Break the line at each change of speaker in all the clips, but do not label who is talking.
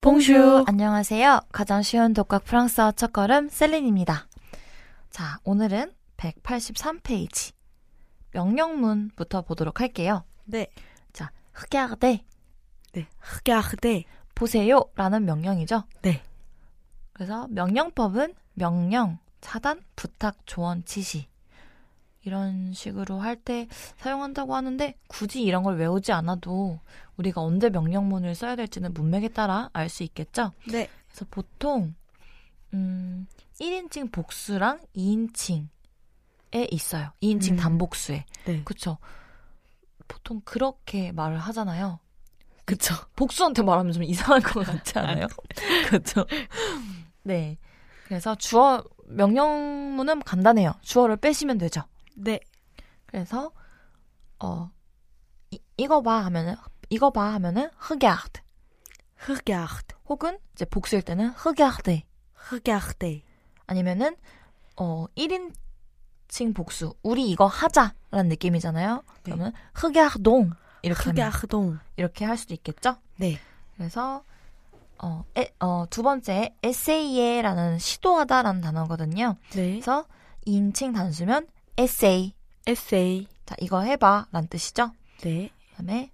봉슈.
안녕하세요. 가장 쉬운 독학 프랑스어 첫걸음 셀린입니다. 자, 오늘은 183페이지 명령문부터 보도록 할게요.
네.
자, 흑야대
네. 흑야흐대.
보세요라는 명령이죠.
네.
그래서 명령법은 명령, 차단, 부탁, 조언, 지시 이런 식으로 할 때 사용한다고 하는데 굳이 이런 걸 외우지 않아도 우리가 언제 명령문을 써야 될지는 문맥에 따라 알 수 있겠죠.
네.
그래서 보통 음, 1인칭 복수랑 2인칭에 있어요. 2인칭
음.
단복수에.
네.
그쵸. 보통 그렇게 말을 하잖아요.
그쵸.
복수한테 말하면 좀 이상할 것 같지 않아요? 그렇죠. 네. 그래서 주어 명령문은 간단해요. 주어를 빼시면 되죠.
네.
그래서 어 이, 이거 봐 하면은 이거 봐 하면은 흑야드
흑야흐대.
혹은 이제 복수일 때는 흑야드
흑야흐대.
아니면은 어 1인칭 복수 우리 이거 하자라는 느낌이잖아요. 그러면 흑야동 이렇게 하면
네. 흑야흐동.
이렇게 할 수도 있겠죠?
네.
그래서 어, 에, 어, 두 번째 에세이에라는 시도하다라는 단어거든요.
네.
그래서 인칭 단수면 에세이.
에세이.
자, 이거 해봐라는 뜻이죠.
네.
그다음에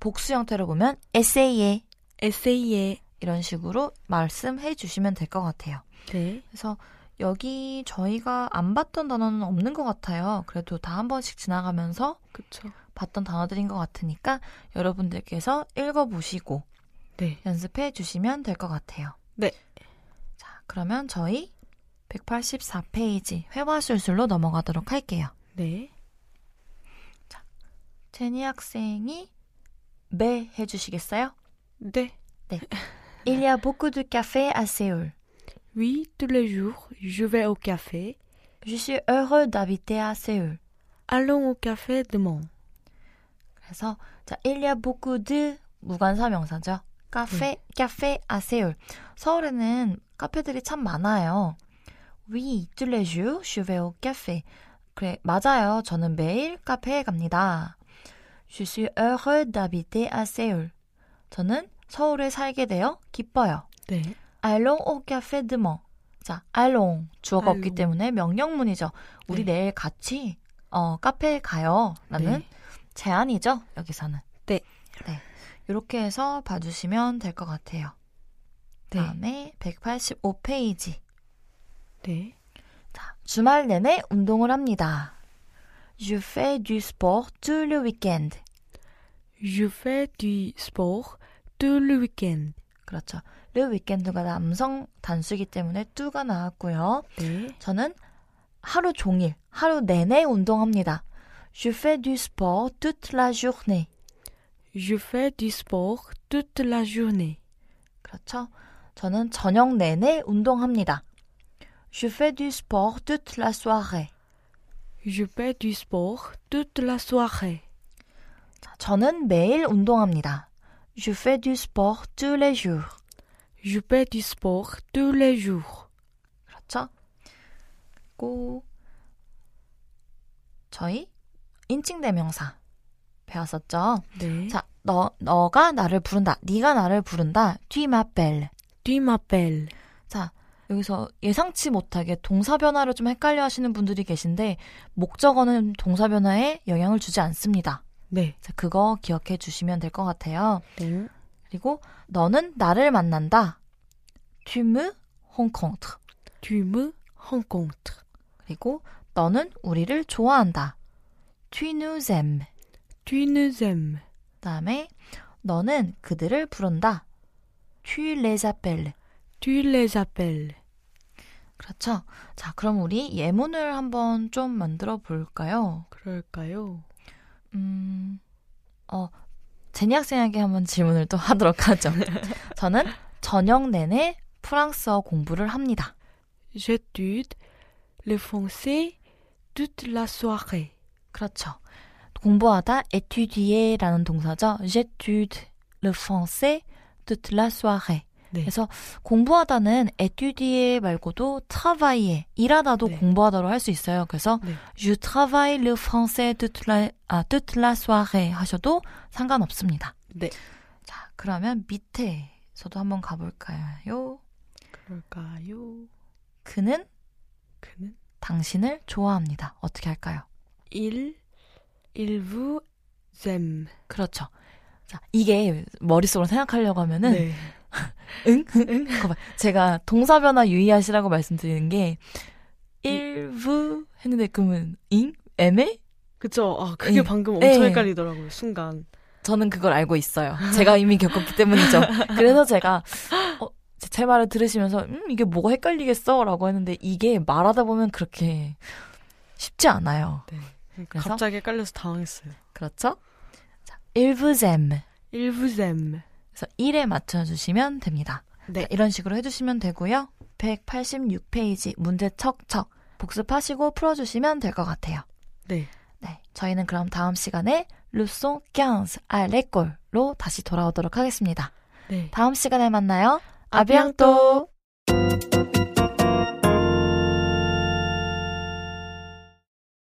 복수 형태로 보면 에세이에
에세이에.
이런 식으로 말씀해 주시면 될 것 같아요.
네.
그래서 여기 저희가 안 봤던 단어는 없는 것 같아요. 그래도 다 한 번씩 지나가면서
그쵸.
봤던 단어들인 것 같으니까 여러분들께서 읽어보시고
네.
연습해 주시면 될 것 같아요.
네.
자, 그러면 저희 184페이지 회화술술로 넘어가도록 할게요.
네.
제니 학생이 매 해주시겠어요?
네.
Il y a beaucoup de café à Séoul.
Oui, tous les jours, je vais au café.
Je suis heureux d'habiter à Séoul.
Allons au café demain.
그래서 자, il y a beaucoup de 무관사명사죠. 음. 카페, 카페 à Séoul. 서울에는 카페들이 참 많아요. Oui, tous les jours, je vais au café. 그래, 맞아요. 저는 매일 카페에 갑니다. Je suis heureux d'habiter à Séoul. 저는 서울에 살게 되어 기뻐요.
네.
Allons au café demain. 자, allons 주어가 없기
Allons.
때문에 명령문이죠. 우리
네.
내일 같이 어, 카페에 가요. 라는
네.
제안이죠. 여기서는.
네.
네. 이렇게 해서 봐주시면 될 것 같아요.
네.
다음에 185페이지.
네.
자, 주말 내내 운동을 합니다. Je fais du sport tout le week-end.
Je fais du sport tout le week-end.
그렇죠. le weekend가 남성 단수기 때문에 뚜가 나왔고요.
네.
저는 하루 종일, 하루 내내 운동합니다. Je fais du sport toute la journée.
Je fais du sport toute la journée.
그렇죠? 저는 저녁 내내 운동합니다. Je fais du sport toute la soirée.
Je fais du sport toute la soirée.
자, 저는 매일 운동합니다. Je fais du sport tous les jours.
Je fais du sport tous les jours.
그렇죠? 그리고 저희 인칭 대명사 배웠었죠?
네.
자, 너 너가 나를 부른다. 네가 나를 부른다. Tu m'appelles.
Tu m'appelles.
자, 여기서 예상치 못하게 동사 변화를 좀 헷갈려 하시는 분들이 계신데 목적어는 동사 변화에 영향을 주지 않습니다.
네.
자, 그거 기억해 주시면 될 것 같아요. 그리고 너는 나를 만난다. Tu me rencontres.
Tu me rencontres.
그리고 너는 우리를 좋아한다. Tu nous aimes.
Tu nous aimes.
그다음에 너는 그들을 부른다. Tu les appelles.
Tu les appelles.
그렇죠. 자, 그럼 우리 예문을 한번 좀 만들어 볼까요?
그럴까요?
음, 어, 제니 학생에게 한번 질문을 또 하도록 하죠. 저는 저녁 내내 프랑스어 공부를 합니다.
J'étude le français toute la soirée.
그렇죠. 공부하다 étudier라는 동사죠. j'étude le français toute la soirée.
네.
그래서 공부하다는 étudier 말고도 travailler 일하다도
네.
공부하다로 할 수 있어요. 그래서
네.
je travaille le français toute la 아, toute la soirée 하셔도 상관없습니다.
네.
자, 그러면 밑에 저도 한번 가볼까요?
그럴까요?
그는
그는
당신을 좋아합니다. 어떻게 할까요?
il il vous aime.
그렇죠. 자, 이게 머릿속으로 생각하려고 하면은
네.
응? 응? 거봐. 제가 동사 변화 유의하시라고 말씀드리는 게 일부 했는데 그러면 잉? 애매?
그쵸. 아 그게
예.
방금 엄청
예.
헷갈리더라고요. 순간.
저는 그걸 알고 있어요. 제가 이미 겪었기 때문이죠. 그래서 제가 어, 제- 제 말을 들으시면서 음 이게 뭐가 헷갈리겠어라고 했는데 이게 말하다 보면 그렇게 쉽지 않아요. 그래서?
갑자기 헷갈려서 당황했어요.
그렇죠? 자, 일부잼.
il vous aime.
그래서 1에 맞춰주시면 됩니다.
네.
자, 이런 식으로 해주시면 되고요. 186페이지 문제 척척 복습하시고 풀어주시면 될 것 같아요.
네.
네, 저희는 그럼 다음 시간에 루송 15 알레꼴로 다시 돌아오도록 하겠습니다.
네.
다음 시간에 만나요. 아비앙또!